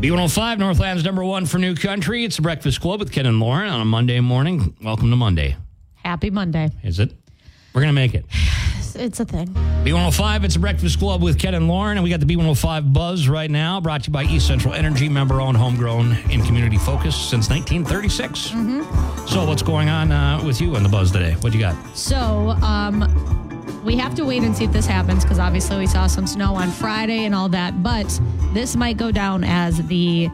B105, Northland's number one for new country. It's the Breakfast Club with Ken and Lauren on a Monday morning. Welcome to Monday. Happy Monday. Is it? We're going to make it. It's, it's a thing. B105, it's the Breakfast Club with Ken and Lauren, and we got the B105 Buzz right now, brought to you by East Central Energy, member owned, homegrown, and community focused since 1936. So, what's going on uh, with you on the Buzz today? What you got? So, um, we have to wait and see if this happens because obviously we saw some snow on Friday and all that, but this might go down as the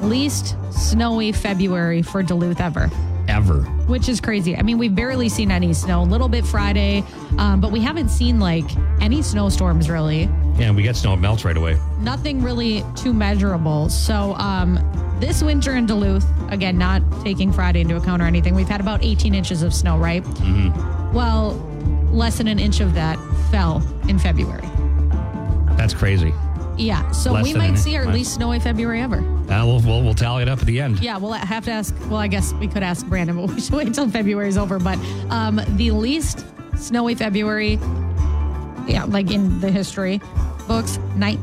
least snowy February for Duluth ever. Ever. which is crazy. I mean, we've barely seen any snow, a little bit Friday, um, but we haven't seen like any snowstorms really. Yeah, we got snow, it melts right away. Nothing really too measurable. So, um, this winter in Duluth, again, not taking Friday into account or anything, we've had about 18 inches of snow, right? Mm-hmm. Well, less than an inch of that fell in February. That's crazy. Yeah. So Less we than might an- see our right. least snowy February ever. Uh, we'll, we'll, we'll tally it up at the end. Yeah, we'll have to ask. Well, I guess we could ask Brandon, but we should wait until February's over. But um, the least snowy February, yeah, like in the history books, ni-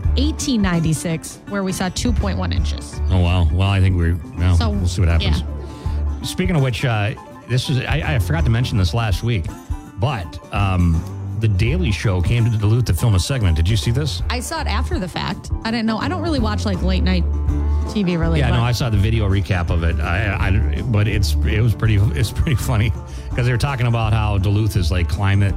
1896, where we saw 2.1 inches. Oh wow! Well, I think we're well, So, we'll see what happens. yeah. Speaking of which, uh, this is I, I forgot to mention this last week, but um, the Daily Show came to Duluth to film a segment. Did you see this? I saw it after the fact. I didn't know. I don't really watch like late night TV, really. Yeah, but no, I saw the video recap of it. I, I but it's it was pretty it's pretty funny because they were talking about how Duluth is like climate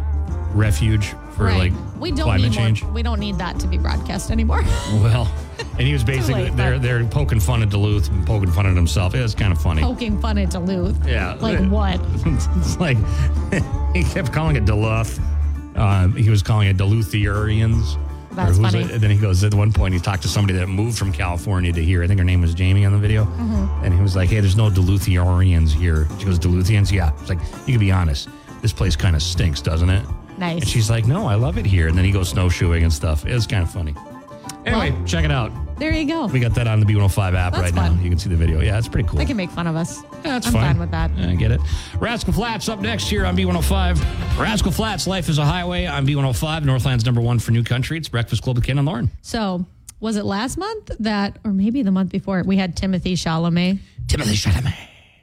refuge for right. like we don't climate need more- change. we don't need that to be broadcast anymore. Well, and he was basically late, they're but- they're poking fun at Duluth and poking fun at himself. It was kind of funny. Poking fun at Duluth. Yeah. Like what? it's like he kept calling it Duluth. Um, he was calling it Duluthians. Or That's who's funny. it? And then he goes at one point he talked to somebody that moved from California to here. I think her name was Jamie on the video, Mm-hmm. and he was like, "Hey, there's no Duluthians here." She goes, "Duluthians, yeah." It's like you can be honest. This place kind of stinks, doesn't it? Nice. And she's like, "No, I love it here." And then he goes snowshoeing and stuff. It was kind of funny. Anyway, Well- check it out. There you go. We got that on the B105 app That's right now. fun. You can see the video. Yeah, it's pretty cool. they can make fun of us. That's I'm fine. fine with that. I get it. Rascal Flats up next here on B105. Rascal Flats, Life is a Highway on B105, Northland's number one for new country. It's Breakfast Club with Ken and Lauren. So was it last month that, or maybe the month before, we had Timothy Chalamet, Timothy Chalamet.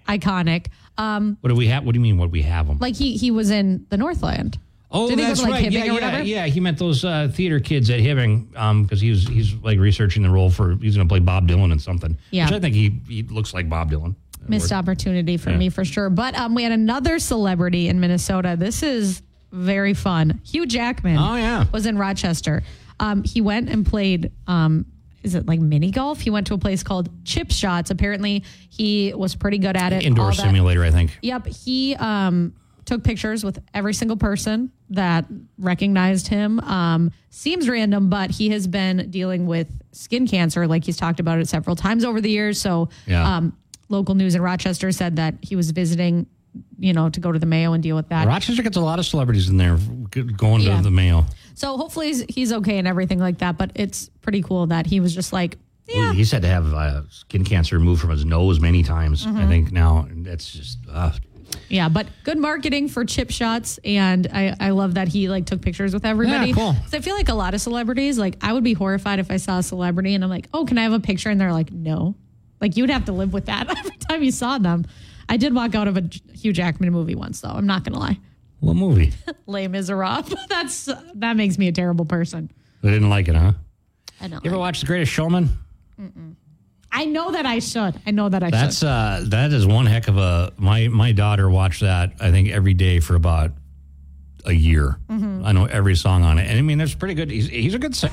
iconic. Um, What do we have? What do you mean? What we have them? like he he was in the Northland. oh, did he go that's to, like, right. Hibbing Yeah, or yeah, whatever? yeah. He meant those uh, theater kids at Hibbing because he was he's like researching the role for he's going to play Bob Dylan in something. Yeah. which I think he he looks like Bob Dylan. Missed opportunity for me for sure. But um, we had another celebrity in Minnesota. This is very fun. Hugh Jackman. Oh, yeah. was in Rochester. Um, he went and played. Um, is it like mini golf? He went to a place called Chip Shots. Apparently, he was pretty good at it. Indoor All that- simulator, I think. Yep, he um, took pictures with every single person that recognized him. Um, seems random, but he has been dealing with skin cancer, like he's talked about it several times over the years. So, Yeah. um, local news in Rochester said that he was visiting, you know, to go to the Mayo and deal with that. Rochester gets a lot of celebrities in there g- going Yeah. to the mail. So, hopefully, he's, he's okay and everything like that. But it's pretty cool that he was just like, yeah, He's had to have uh, skin cancer removed from his nose many times. I think now that's just uh, Yeah, but good marketing for chip shots, and I, I love that he like took pictures with everybody. Yeah, cool. 'Cause I feel like a lot of celebrities, like I would be horrified if I saw a celebrity and I'm like, oh, can I have a picture? And they're like, no, like you'd have to live with that every time you saw them. I did walk out of a J- Hugh Jackman movie once, though. I'm not gonna lie, what movie? Les Miserables. That's that makes me a terrible person. I didn't like it, huh? I know. You ever watch The Greatest Showman? I know that I should. I know that I should. That's uh, that is one heck of a. My my daughter watched that I think every day for about a year. I know every song on it, and I mean there's pretty good. He's, he's a good. Sing-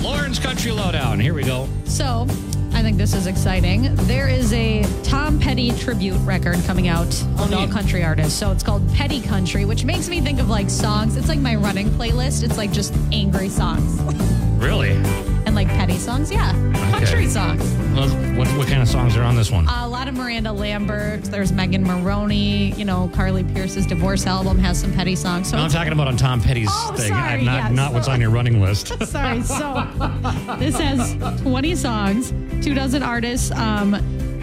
Lauren's Country Lowdown. Here we go. So, I think this is exciting. There is a Tom Petty tribute record coming out on all neat. country artists. So it's called Petty Country, which makes me think of like songs. It's like my running playlist. It's like just angry songs Really? and like petty songs. Yeah, country songs. Well, what what kind of songs are on this one? A lot of Miranda Lambert. There's Megan Maroney. You know, Carly Pierce's divorce album has some petty songs. So I'm it's- talking about on Tom Petty's Oh, thing, sorry, not yeah, not what's sorry. on your running list. Sorry. So this has 20 songs, two dozen artists. Um,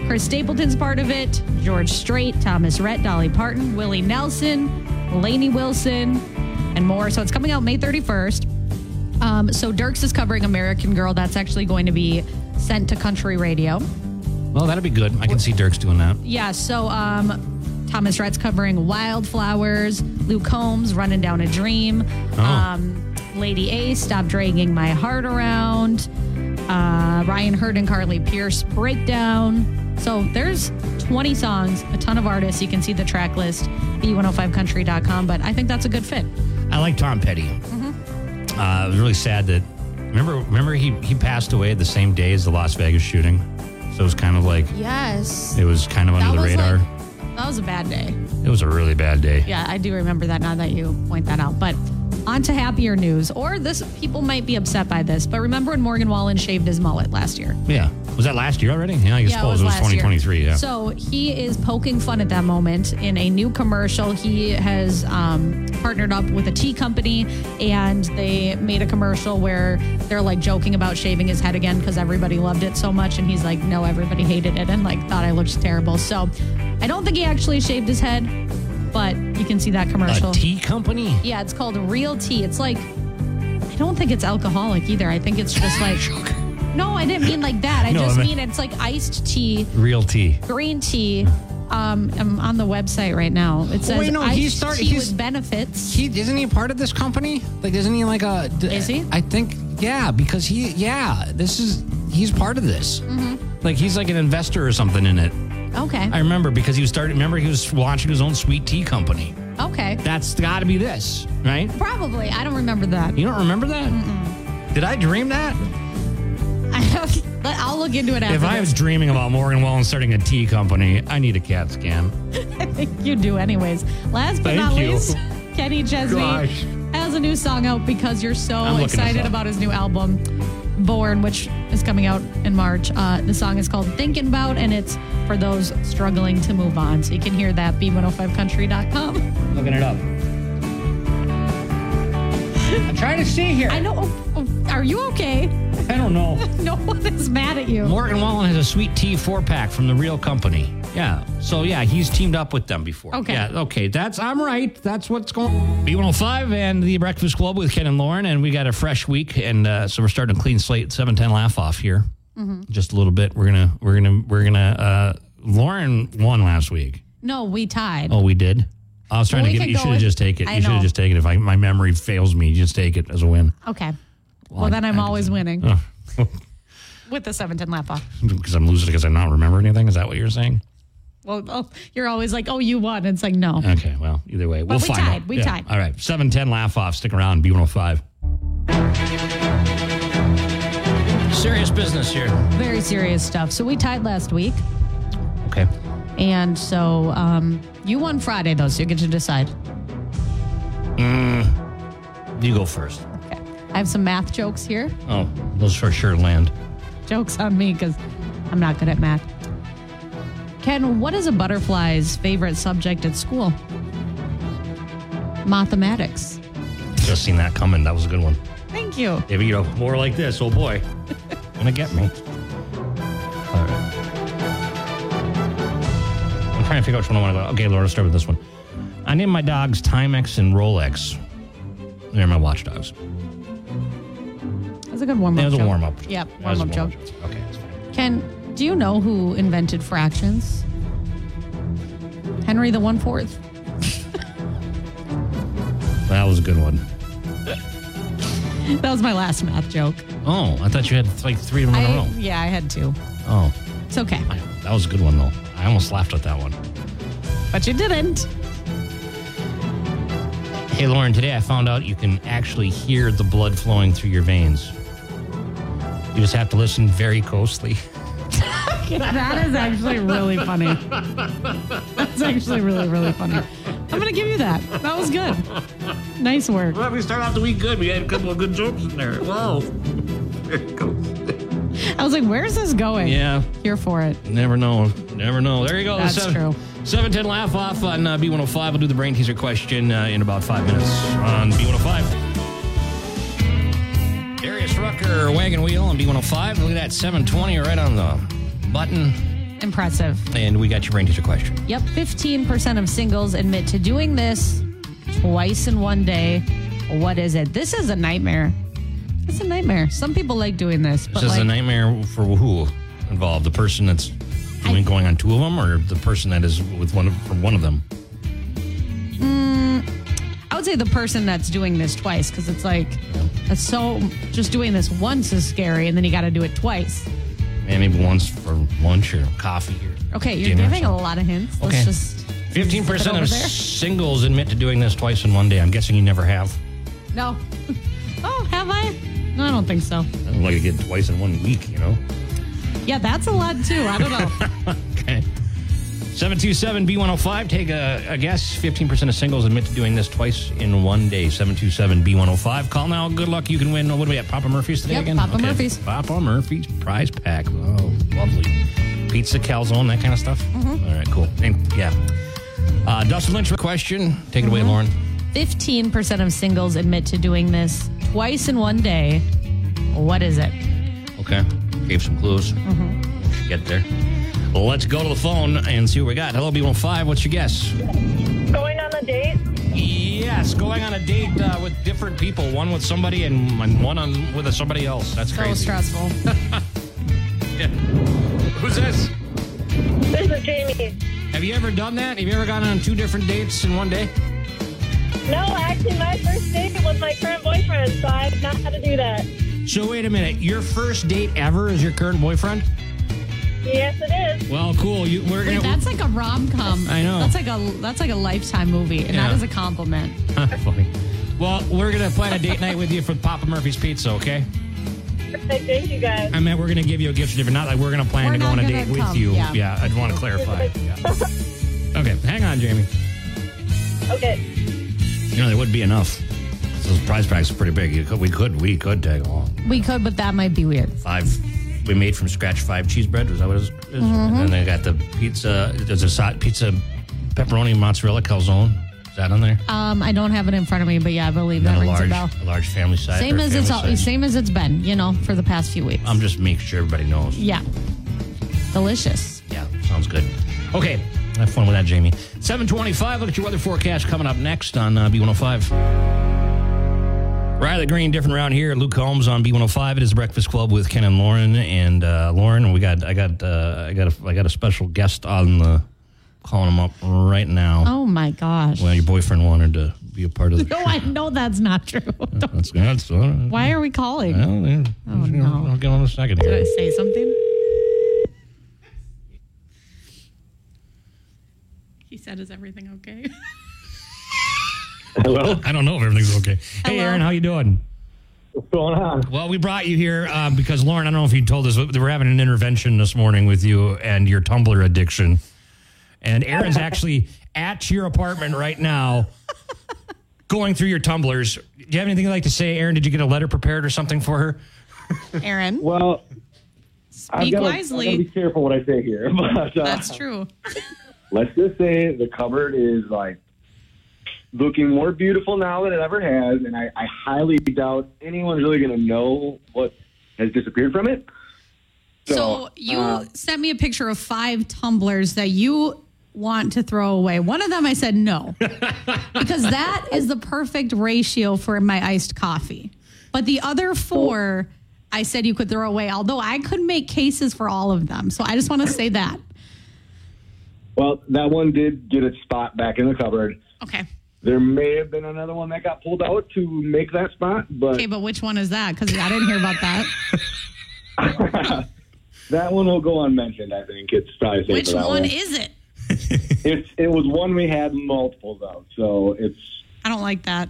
Chris Stapleton's part of it, George Strait, Thomas Rhett, Dolly Parton, Willie Nelson, Lainey Wilson, and more. So it's coming out May 31st. Um, so Dirks is covering American Girl. That's actually going to be sent to country radio. Well, that'd be good. I can see Dirk's doing that. Yeah, so um, Thomas Rhett's covering Wildflowers, Lou Combs, Running Down a Dream, Oh. um, Lady A, Stop Dragging My Heart Around, uh, Ryan Hurd and Carly Pierce, Breakdown. So there's 20 songs, a ton of artists. You can see the track list, e b105country.com, but I think that's a good fit. I like Tom Petty. Mm-hmm. Uh, it was really sad that remember remember he he passed away the same day as the Las Vegas shooting, so it was kind of like Yes. it was kind of under the radar. Like, that was a bad day. it was a really bad day. Yeah, I do remember that now that you point that out. But on to happier news, or this people might be upset by this, but remember when Morgan Wallen shaved his mullet last year? Yeah. Was that last year already? Yeah, I guess suppose it was, last year. 2023. Yeah. So he is poking fun at that moment in a new commercial. He has um, partnered up with a tea company, and they made a commercial where they're like joking about shaving his head again because everybody loved it so much, and he's like, "No, everybody hated it and like thought I looked terrible." So I don't think he actually shaved his head, but you can see that commercial. a tea company? Yeah, it's called real tea. It's like I don't think it's alcoholic either. I think it's just like No, I didn't mean like that. I No, just I mean- mean it's like iced tea, Real tea. green tea. Um, I'm on the website right now. It says Oh, Wait, no, iced he started- tea he's- with benefits. He isn't he part of this company? Like isn't he like a Is he? I think yeah, because he yeah, this is he's part of this. Mm-hmm. Like he's like an investor or something in it. Okay. I remember because he was starting remember he was launching his own sweet tea company. Okay. That's got to be this, right? Probably. I don't remember that. You don't remember that? Did I dream that? I have, but I'll look into it after. If I was dreaming about Morgan Wallen starting a tea company, I need a CAT scan. think you do anyways. Last but Thank not you. least, Kenny Chesney Gosh. has a new song out because you're so looking this excited up. about his new album, Born, which is coming out in March. Uh, the song is called Thinking About, and it's for those struggling to move on. So you can hear that, b105country.com. Looking it up. I'm trying to see here. I know. oh, oh, Are you okay? I don't know. No one is mad at you. Morgan Wallen has a sweet tea four pack from the real company. Yeah. So yeah, he's teamed up with them before. Okay. Yeah. Okay. That's I'm right. That's what's going. B105 and the Breakfast Club with Ken and Lauren, and we got a fresh week, and uh, so we're starting a clean slate. Seven ten laugh off here. Mm-hmm. Just a little bit. We're gonna we're gonna we're gonna. Uh, Lauren won last week. No, we tied. Oh, we did. I was trying Well, to we get. could You go should have with- just take it. I You should know. have just taken it. If I, my memory fails me, just take it as a win. Okay. Well, then I'm always winning Oh. with the 710 lap off. Because I'm losing because I'm not remembering anything. Is that what you're saying? Well, oh, you're always like, oh, you won. It's like, no. Okay, well, either way, we'll we find tied, out. we tied. All right, seven ten laugh off. Stick around, B one hundred five. Serious business here. Very serious stuff. So we tied last week. Okay. And so um, you won Friday, though, so you get to decide. You go first. Okay. I have some math jokes here. Oh, those for sure land. Jokes on me because I'm not good at math. Ken, what is a butterfly's favorite subject at school? Mathematics. Just seen that coming. That was a good one. Thank you. If you know more like this, oh boy, gonna get me. All right. I'm trying to figure out which one I want to go. Okay, Laura, let's start with this one. I named my dogs Timex and Rolex. They're my watchdogs. That was a good warm up. It was a warm up. Yep, warm up joke. Okay, that's fine. Ken, do you know who invented fractions? Henry the One Fourth. That was a good one. That was my last math joke. Oh, I thought you had like three of them in a I, row. yeah, I had two. Oh, It's okay. I- that was a good one though. I almost laughed at that one. But you didn't. Hey, Lauren, today I found out you can actually hear the blood flowing through your veins. You just have to listen very closely. That is actually really funny. That's actually really, really funny. I'm going to give you that. That was good. Nice work. Well, we start off the week good. We had a couple of good jokes in there. Wow. I was like, where's this going? Yeah, Here for it. never know. Never know. There you go. The That's true. 710 Laugh Off on uh, B105. We'll do the brain teaser question uh, in about five minutes on B105. Darius Rucker, Wagon Wheel on B105. Look at that, 720 right on the button. Impressive. And we got your brain teaser question. Yep, 15% of singles admit to doing this twice in one day. What is it? This is a nightmare. It's a nightmare. Some people like doing this, but This is like, a nightmare for who involved? The person that's doing, going on two of them, or the person that is with one of, from one of them? I would say the person that's doing this twice because it's like that's so just doing this once is scary, and then you got to do it twice. And maybe once for lunch or coffee. Or Okay, you're dinner or giving a something. lot of hints. Okay. Let's just Fifteen Is it percent over of there? singles admit to doing this twice in one day. I'm guessing you never have. no. Oh, have I? No, I don't think so. I don't like to get twice in one week, you know. Yeah, that's a lot too. I don't know. Okay. Seven two seven B one zero five. Take a, a guess. Fifteen percent of singles admit to doing this twice in one day. Seven two seven B one zero five. Call now. Good luck. You can win. What do we at Papa Murphy's today Yep, again? Papa Murphy's. Papa Murphy's prize pack. Oh, lovely. Pizza, calzone, that kind of stuff. Mm-hmm. All right, cool. And, yeah. Uh, Dustin Lynch question. Take it away, Mm-hmm. Lauren. Fifteen percent of singles admit to doing this twice in one day. What is it? Okay. Gave some clues. We should Get there. Let's go to the phone and see what we got. Hello, B15. What's your guess? Going on a date? Yes, going on a date uh, with different people. One with somebody and and one on with somebody else. That's So crazy. stressful. Who's this? This is Jamie. Have you ever done that? Have you ever gone on two different dates in one day? No, actually, my first date was my current boyfriend, so I know how to do that. So wait a minute. Your first date ever is your current boyfriend? Yes, it is. Well, cool. You we're Wait, gonna that's like a rom com. I know. That's like a that's like a lifetime movie, and Yeah. that is a compliment. funny. Well, we're gonna plan a date night with you for Papa Murphy's Pizza, okay? Perfect. Thank you, guys. I meant we're going to give you a gift certificate. Not like we're going to plan We're to go not on a gonna date with come, you. Yeah, yeah. I'd want to clarify. Yeah. okay, hang on, Jamie. Okay. You know, there would be enough. Those prize packs are pretty big. You could, we could, we could tag along. We could, but that might be weird. Five, we made from scratch five cheese bread. Was that what it is? Mm-hmm. And then they got the pizza. There's a side pizza, pepperoni, mozzarella, calzone. Is that on there? Um, I don't have it in front of me, but yeah, I believe and that then a rings a large, bell. a large family side. Same or as it's family all, size. same as it's been, you know, for the past few weeks. I'm just making sure everybody knows. yeah, delicious. Yeah, sounds good. Okay, have fun with that, Jamie. 725, look at your weather forecast coming up next on uh, B105. Riley Green, different round here. Luke Holmes on B105. It is Breakfast Club with Ken and Lauren. And uh, Lauren, we got, I got, uh, I got, a, I got a special guest on the, calling him up right now. Oh my gosh! Well, your boyfriend wanted to be a part of the. no, I know that's not true. Don't- That's good. So, well, Why are we calling? Did yeah. Oh, no. I'll get on in a second here. I say something? He said, "Is everything okay?" Hello? I don't know if everything's okay. Hey, Hello. Aaron, how you doing? What's going on? Well, we brought you here uh, because Lauren, I don't know if you told us, but we're having an intervention this morning with you and your Tumblr addiction. And Aaron's actually at your apartment right now, going through your tumblers. Do you have anything you'd like to say, Aaron? Did you get a letter prepared or something for her? Aaron, Well, I've speak gotta- wisely. I gotta be careful what I say here. But, uh, that's true. Let's just say the cupboard is like looking more beautiful now than it ever has, and I, I highly doubt anyone's really going to know what has disappeared from it. So you uh, sent me a picture of five tumblers that you want to throw away. One of them I said no. because that is the perfect ratio for my iced coffee. But the other four I said you could throw away, although I could make cases for all of them. So I just want to say that. well, that one did get its spot back in the cupboard. Okay. There may have been another one that got pulled out to make that spot, but Okay, but which one is that? Because I didn't hear about that. that one will go unmentioned. I think it's probably safe Which for that one is it? It's it was one we had multiples of, so it's I don't like that.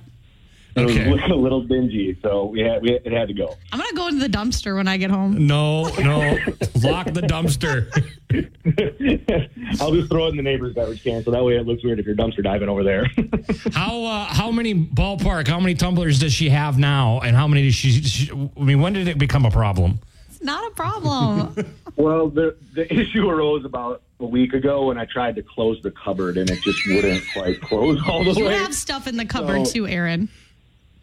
it was Okay. a little dingy, so we had we it had to go. I'm going to go into the dumpster when I get home. No, no. Lock the dumpster. I'll just throw it in the neighbor's garbage can, so that way it looks weird if you're dumpster diving over there. How uh, how many ballpark? How many tumblers does she have now? And how many does she? she I mean, when did it become a problem? It's not a problem. well, the the issue arose about a week ago when I tried to close the cupboard and it just wouldn't quite close all the you way. have stuff in the cupboard So- too, Aaron.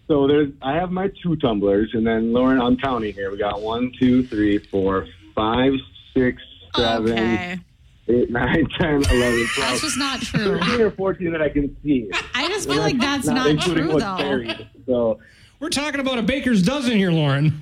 So there's I have my two tumblers, and then Lauren, I'm counting here. We got one, two, three, four, five, six, seven, Okay. eight, nine, ten, eleven, twelve. That's just not true. 13 or 14 that I can see. I just feel like that's Not not including true, what's though. buried. So We're talking about a baker's dozen here, Lauren.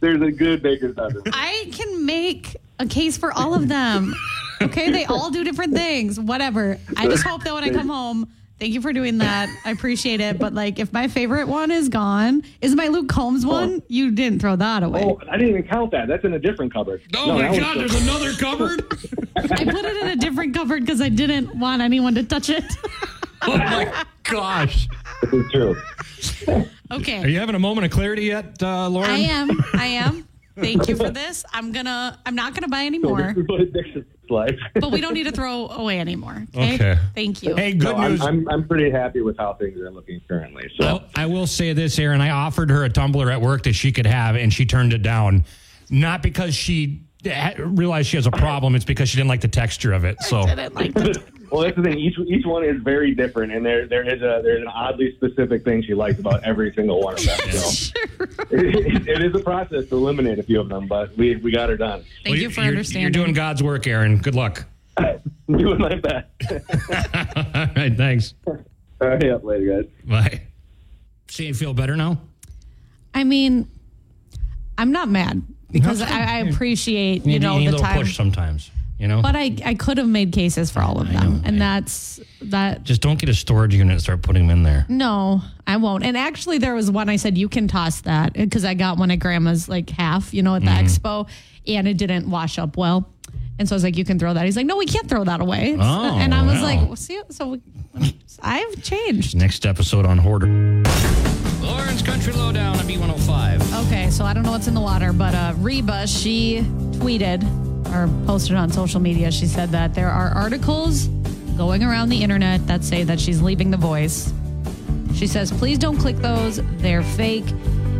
There's a good baker's dozen. I can make a case for all of them. Okay, they all do different things. Whatever. I just hope that when I come home, thank you for doing that. I appreciate it. But like, if my favorite one is gone, is my Luke Combs one? You didn't throw that away. Oh, I didn't even count that. That's in a different cupboard. Oh No, my that one's God! still- There's another cupboard. I put it in a different cupboard because I didn't want anyone to touch it. Oh my gosh! This is true. Are okay, you having a moment of clarity yet, uh, Lauren? I am. I am. Thank you for this. I'm gonna. I'm not gonna buy any So more. this is what addiction's like. But we don't need to throw away anymore. Okay. Okay. Thank you. Hey, good No, I'm, news. I'm, I'm pretty happy with how things are looking currently. So Well, I will say this, Aaron. I offered her a tumbler at work that she could have, and she turned it down. Not because she ha- realized she has a problem; it's because she didn't like the texture of it. So, Didn't like that. Well, that's the thing. Each each one is very different, and there there is a there's an oddly specific thing she likes about every single one of them. So it, it is a process to eliminate a few of them, but we we got her done. Thank Well, you for you're, understanding. You're doing God's work, Aaron. Good luck. Doing my best. All right, thanks. All right, up later, guys. Bye. See, you feel better now. I mean, I'm not mad because I, I appreciate you, need- know need a the little time. push sometimes. You know, But I, I could have made cases for all of them, and that's that. just don't get a storage unit and start putting them in there. No, I won't. And actually, there was one I said you can toss that because I got one at Grandma's like half, you know, at the Mm-hmm. expo, and it didn't wash up well. And so I was like, you can throw that. He's like, no, we can't throw that away. Oh, and I was wow. like, well, see, so we, I've changed. Next episode on Hoarder. Lauren's Country Lowdown on B105. Okay, so I don't know what's in the water, but uh, Reba, she tweeted or posted on social media. She said that there are articles going around the internet that say that she's leaving the voice. She says, please don't click those, they're fake.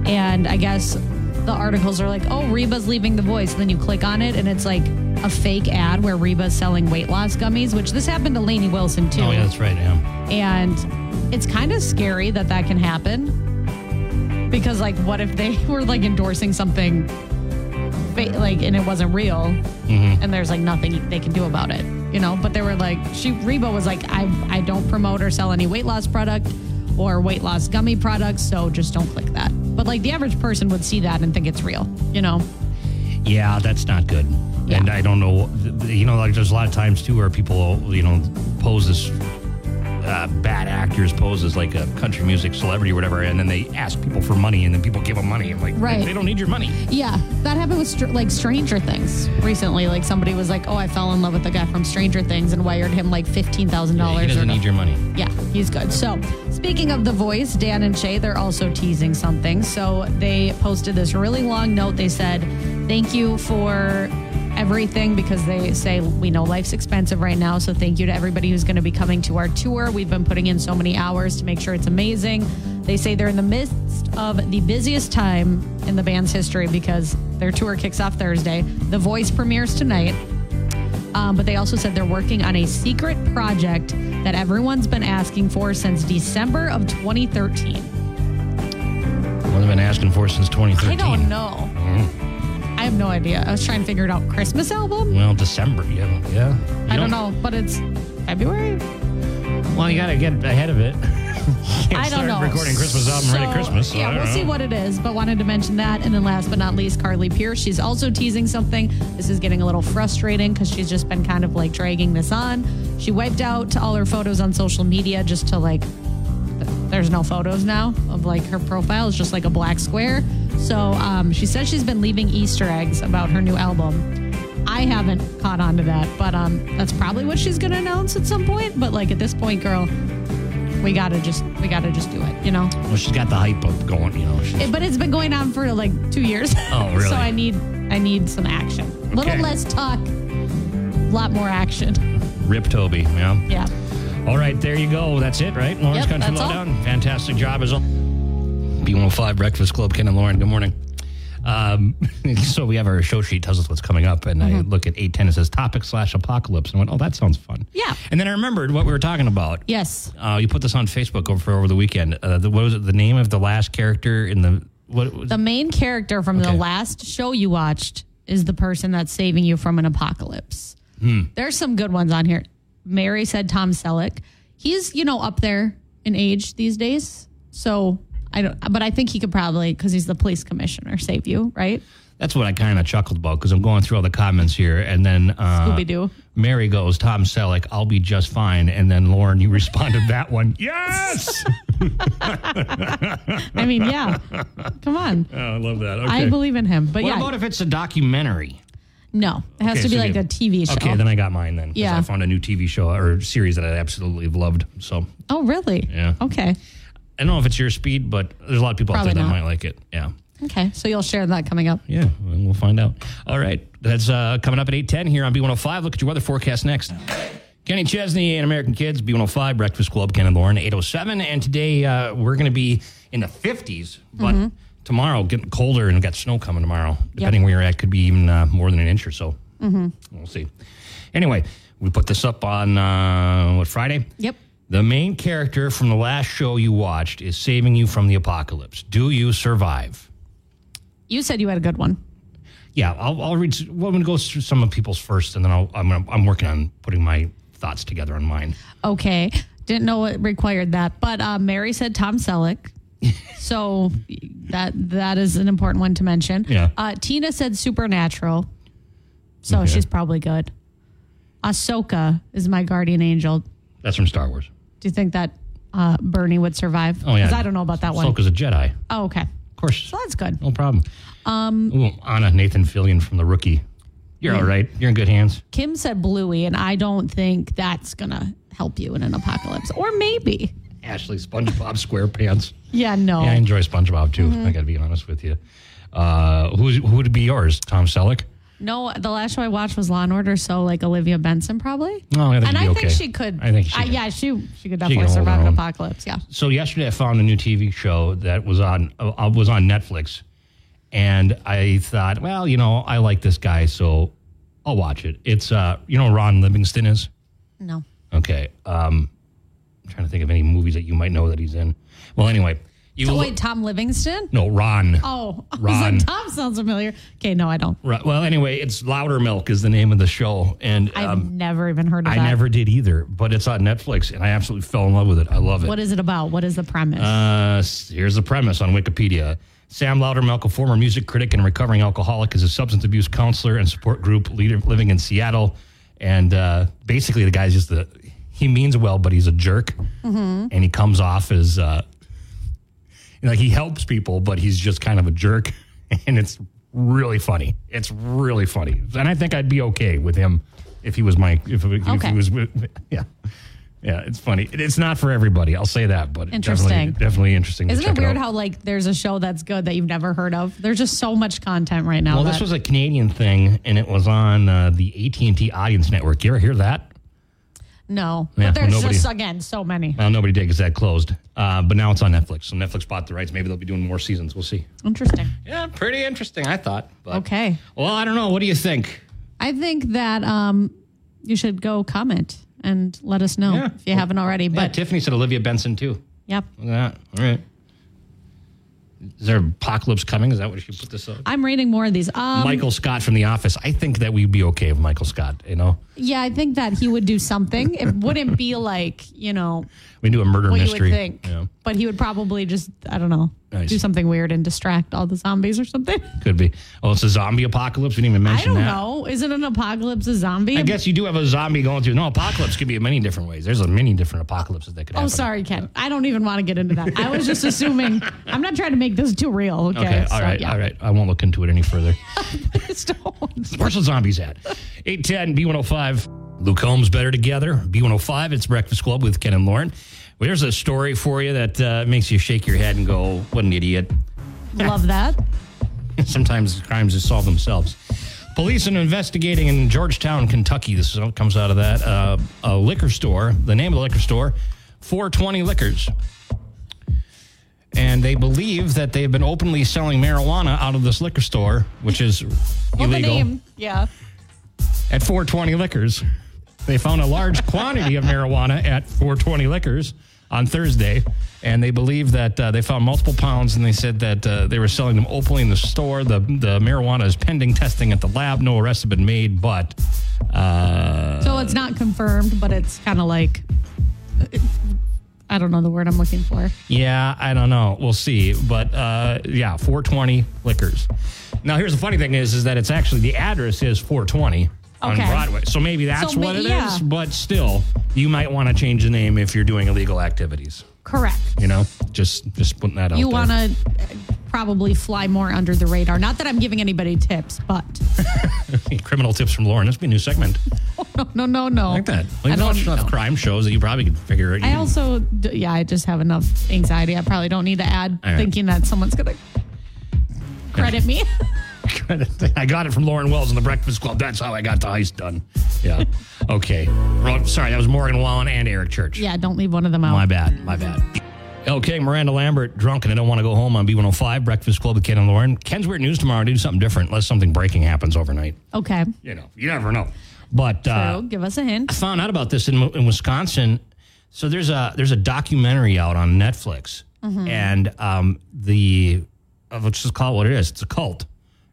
And I guess the articles are like, oh, Reba's leaving the voice. And then you click on it, and it's like a fake ad where Reba's selling weight loss gummies, which this happened to Lainey Wilson too. Oh, yeah, that's right. Yeah. And it's kind of scary that that can happen because, like, what if they were like endorsing something, fa- like, and it wasn't real, and there's like nothing they can do about it, you know? But they were like, she Reba was like, I I don't promote or sell any weight loss product or weight loss gummy products, so just don't click that. But like the average person would see that and think it's real, you know? Yeah, that's not good. Yeah. And I don't know, th- th- you know, like there's a lot of times too where people, you know, pose as uh, bad actors, pose as like a country music celebrity or whatever, and then they ask people for money and then people give them money. I'm like, Right. they don't need your money. Yeah, that happened with str- like Stranger Things recently. Like somebody was like, "Oh, I fell in love with the guy from Stranger Things and wired him like fifteen thousand he dollars." doesn't need your money. Yeah, he's good. So, speaking of The Voice, Dan and Shay, they're also teasing something. So, they posted this really long note. They said, Thank you for everything because they say we know life's expensive right now. So, thank you to everybody who's going to be coming to our tour. We've been putting in so many hours to make sure it's amazing. They say they're in the midst of the busiest time in the band's history because their tour kicks off Thursday. The Voice premieres tonight. Um, but they also said they're working on a secret project that everyone's been asking for since December of 2013. What I've been asking for since 2013. I don't know. I have no idea. I was trying to figure it out. Christmas album? Well, December. Yeah. yeah. You I don't know, but it's February. Well, you got to get ahead of it. Can't I start don't know. Recording Christmas album right at So, Christmas. so I yeah, don't we'll see know. what it is. But wanted to mention that, and then last but not least, Carly Pierce. She's also teasing something. This is getting a little frustrating because she's just been kind of like dragging this on. She wiped out all her photos on social media just to like. th- There's no photos now of like her profile is just like a black square. So um, she says she's been leaving Easter eggs about her new album. I haven't caught on to that, but um, that's probably what she's gonna announce at some point. But like at this point, girl, we gotta just we gotta just do it, you know. Well, she's got the hype up going, you know. She's, It- but it's been going on for like two years. Oh, really? so I need I need some action. A little Okay. less talk, a lot more action. Rip Toby, yeah. Yeah. All right, there you go. That's it, right? Lauren's Yep, Country that's all. Lowdown. Fantastic job as all. B105 Breakfast Club, Ken and Lauren. Good morning. Um, so we have our show sheet tells us what's coming up, and Mm-hmm. I look at eight ten. It says topic slash apocalypse, and I went, "Oh, that sounds fun." Yeah. And then I remembered what we were talking about. Yes. Uh, you put this on Facebook over over the weekend. Uh, the, what was it? The name of the last character in the what? Was, The main character from the Okay. last show you watched is the person that's saving you from an apocalypse. Hmm. There's some good ones on here. Mary said Tom Selleck. He's, you know, up there in age these days. So I don't, but I think he could probably because he's the police commissioner save you, right? That's what I kind of chuckled about because I'm going through all the comments here, and then uh, Scooby-Doo. Mary goes, Tom Selleck, I'll be just fine, and then Lauren, you responded that one, yes. I mean, yeah. Come on, Oh, I love that. Okay. I believe in him. But What yeah, about if it's a documentary? no, it has Okay, to be so like you- a TV show. Okay, then I got mine. Then 'cause Oh. Yeah. I found a new TV show or series that I absolutely loved. So oh, really? Yeah. Okay. I don't know if it's your speed, but there's a lot of people Probably out there that not. might like it. Yeah. Okay. So you'll share that coming up. Yeah, and we'll find out. All right, that's uh, coming up at 8.10 here on B105. Look at your weather forecast next. Kenny Chesney and American Kids, B105, Breakfast Club, Ken and Lauren, 807. And today uh, we're going to be in the 50s, but tomorrow getting colder and we've got snow coming tomorrow. Depending where you're at, could be even uh, more than an inch or so. Mm-hmm. We'll see. Anyway, we put this up on, uh, what, Friday? Yep. The main character from the last show you watched is saving you from the apocalypse. Do you survive? You said you had a good one. Yeah, I'll, I'll read. Well, I'm going to go through some of people's first, and then I'll, I'm, gonna, I'm working on putting my thoughts together on mine. Okay. Didn't know it required that, but uh, Mary said Tom Selleck. so that that is an important one to mention. Yeah. Uh, Tina said Supernatural, so Okay. she's probably good. Ahsoka is my guardian angel. That's from Star Wars. Do you think that uh, Bernie would survive? Oh yeah, 'Cause I don't know about that one. Ahsoka's a Jedi, of Oh, okay. course. So that's good. No problem. Um, Ooh, Anna Nathan Fillion from The Rookie. You're all right. You're in good hands. Kim said Bluey, and I don't think that's gonna help you in an apocalypse. Or maybe. Ashley SpongeBob SquarePants. Yeah. No. Yeah, I enjoy SpongeBob too. Mm-hmm. I got to be honest with you. Uh, who's who would be yours? Tom Selleck. No, the last show I watched was Law and Order, so like Olivia Benson probably. No, I think and you'd be I think okay. she could. I think she I- could. yeah, she she could definitely hold survive an her own. apocalypse. Yeah. So yesterday, I found a new TV show that was on uh, uh, was on Netflix, and I thought, well, you know, I like this guy, so I'll watch it. It's uh, you know, Ron Livingston is No. okay. Um, I'm trying to think of any movies that you might know that he's in. Well, anyway, you Oh, wait, Tom Livingston. no Ron. Oh, I was Ron. like, Tom sounds familiar. Okay, no, I don't. Ro- Well, anyway, it's Louder Milk is the name of the show, and I've um, never even heard of I that. never did either. But it's on Netflix, and I absolutely fell in love with it. I love it. What is it about? What is the premise? Uh, here's the premise on Wikipedia. Sam Loudermilk, a former music critic and recovering alcoholic, is a substance abuse counselor and support group leader living in Seattle. And uh, basically, the guy's just the he means well, but he's a jerk, Mm-hmm. and he comes off as uh, like he helps people, but he's just kind of a jerk. And it's really funny. It's really funny, and I think I'd be okay with him if he was my if, if Okay. he was with- yeah. Yeah, it's funny. It- It's not for everybody. I'll say that, but Interesting. Definitely, definitely interesting. to Isn't check it weird out. how like there's a show that's good that you've never heard of? There's just so much content right now. Well, that, this was a Canadian thing, and it was on uh, the AT and T Audience Network. You ever hear that? no, Yeah, but there's nobody- just again so many. Well, nobody did because that closed. Uh, but now it's on Netflix. So Netflix bought the rights. Maybe they'll be doing more seasons. We'll see. Interesting. Yeah, pretty interesting. I thought. But, Okay. Well, I don't know. What do you think? I think that um, you should go comment and let us know Yeah. if you haven't already. Yeah, But Tiffany said Olivia Benson too. yep, Look at that. All right. Is there apocalypse coming? Is that what she put this up? I'm reading more of these. Um, Michael Scott from The Office. I think that we'd be okay with Michael Scott. You know, yeah, I think that he would do something. It wouldn't be like you know we do a murder what mystery. you would think, Yeah. but he would probably just I don't know Nice. do something weird and distract all the zombies or something. Could be. Oh, it's a zombie apocalypse. We didn't even I mention don't that. know. Isn't an apocalypse a zombie? I guess you do have a zombie going through. No, apocalypse could be in many different ways. There's a many different apocalypses that could Oh, happen. sorry, Ken. I don't even want to get into that. I was just assuming. I'm not trying to make this too real. Okay. Okay, all So, right, yeah. all right. I won't look into it any further. Just don't. Where's the zombies at? 810 B105. Luke Holmes, Better Together, B105. It's Breakfast Club with Ken and Lauren. Well, There's a story for you that uh, makes you shake your head and go, what an idiot. Love that. Sometimes crimes just solve themselves. Police are investigating in Georgetown, Kentucky. This is what comes out of that. Uh, a liquor store, the name of the liquor store, 420 Liquors. And they believe that they've been openly selling marijuana out of this liquor store, which is Well, the illegal. name. Yeah. At 420 Liquors. They found a large quantity of marijuana at 420 Liquors on Thursday. And they believe that uh, they found multiple pounds, and they said that uh, they were selling them openly in the store. The, the marijuana is pending testing at the lab. No arrests have been made, but uh, So it's not confirmed, but it's kind of like I don't know the word I'm looking for. Yeah, I don't know. We'll see. But uh, yeah, 420 Liquors. Now, here's the funny thing is, is that it's actually the address is 420 on Okay. Broadway. So maybe that's So ma- what it is. yeah. But still, you might want to change the name if you're doing illegal activities. Correct. You know, just just putting that out. You there. want to probably fly more under the radar. Not that I'm giving anybody tips, but criminal tips from Lauren. This will be a new segment. no, no, no, no. I like that. Well, I you've watched don't. enough crime shows that you probably could figure it. I also, d- yeah, I just have enough anxiety. I probably don't need to add All right. thinking that someone's gonna credit me. I got it from Lauren Wells in the Breakfast Club. That's how I got the heist done. Yeah. okay. Well, sorry, that was Morgan Wallen and Eric Church. yeah, don't leave one of them out. My bad. My bad. Okay, Miranda Lambert, drunk and I don't want to go home on B105, Breakfast Club with Ken and Lauren. Ken's Weird News tomorrow. Do something different unless something breaking happens overnight. Okay. You know, you never know. But uh, so give us a hint. found out about this in, in Wisconsin. So there's a there's a documentary out on Netflix, and um, the uh, let's just call it what it is. It's a cult,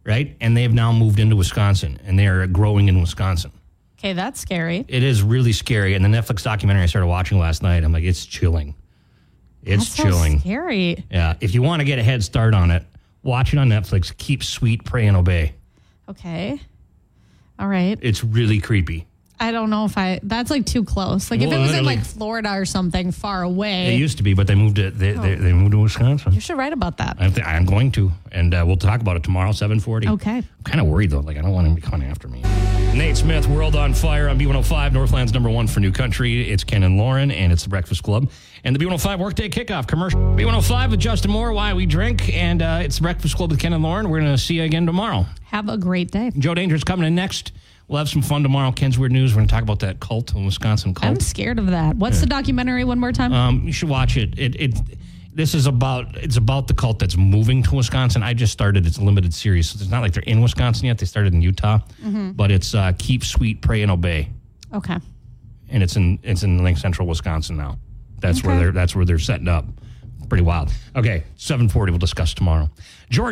right? And they've now moved into Wisconsin, and they are growing in Wisconsin. Okay, that's scary. It is really scary. And the Netflix documentary I started watching last night, I'm like, it's chilling. It's That's so chilling. scary. yeah. If you want to get a head start on it, watch it on Netflix. Keep sweet, pray, and obey. Okay. All right. It's really creepy. I don't know if I. That's like too close. Like if Well, it was in literally- like Florida or something far It away. used to be, but they moved to they, they, they moved to Wisconsin. you should write about that. I th- I'm going to, and uh, we'll talk about it tomorrow, seven forty. Okay. I'm kind of worried though. Like I don't want him to come after me. Nate Smith, World on Fire on B105, Northland's number one for new country. It's Ken and Lauren, and it's the Breakfast Club and the B105 Workday Kickoff commercial. B105 with Justin Moore, Why We Drink, and uh, it's the Breakfast Club with Ken and Lauren. We're going to see you again tomorrow. Have a great day. Joe Danger's coming in next. We'll have some fun tomorrow. Ken's Weird News. We're going to talk about that cult, the Wisconsin cult. I'm scared of that. What's the documentary one more time? Um, you should watch it. It it this is about it's about the cult that's moving to Wisconsin. I just started its limited series, so it's not like they're in Wisconsin yet. They started in Utah, but it's uh, keep sweet, pray, and obey, okay. and it's in it's in like central Wisconsin now. That's where Okay. they're that's where they're setting up. Pretty wild. Okay, seven forty. We'll discuss tomorrow. George.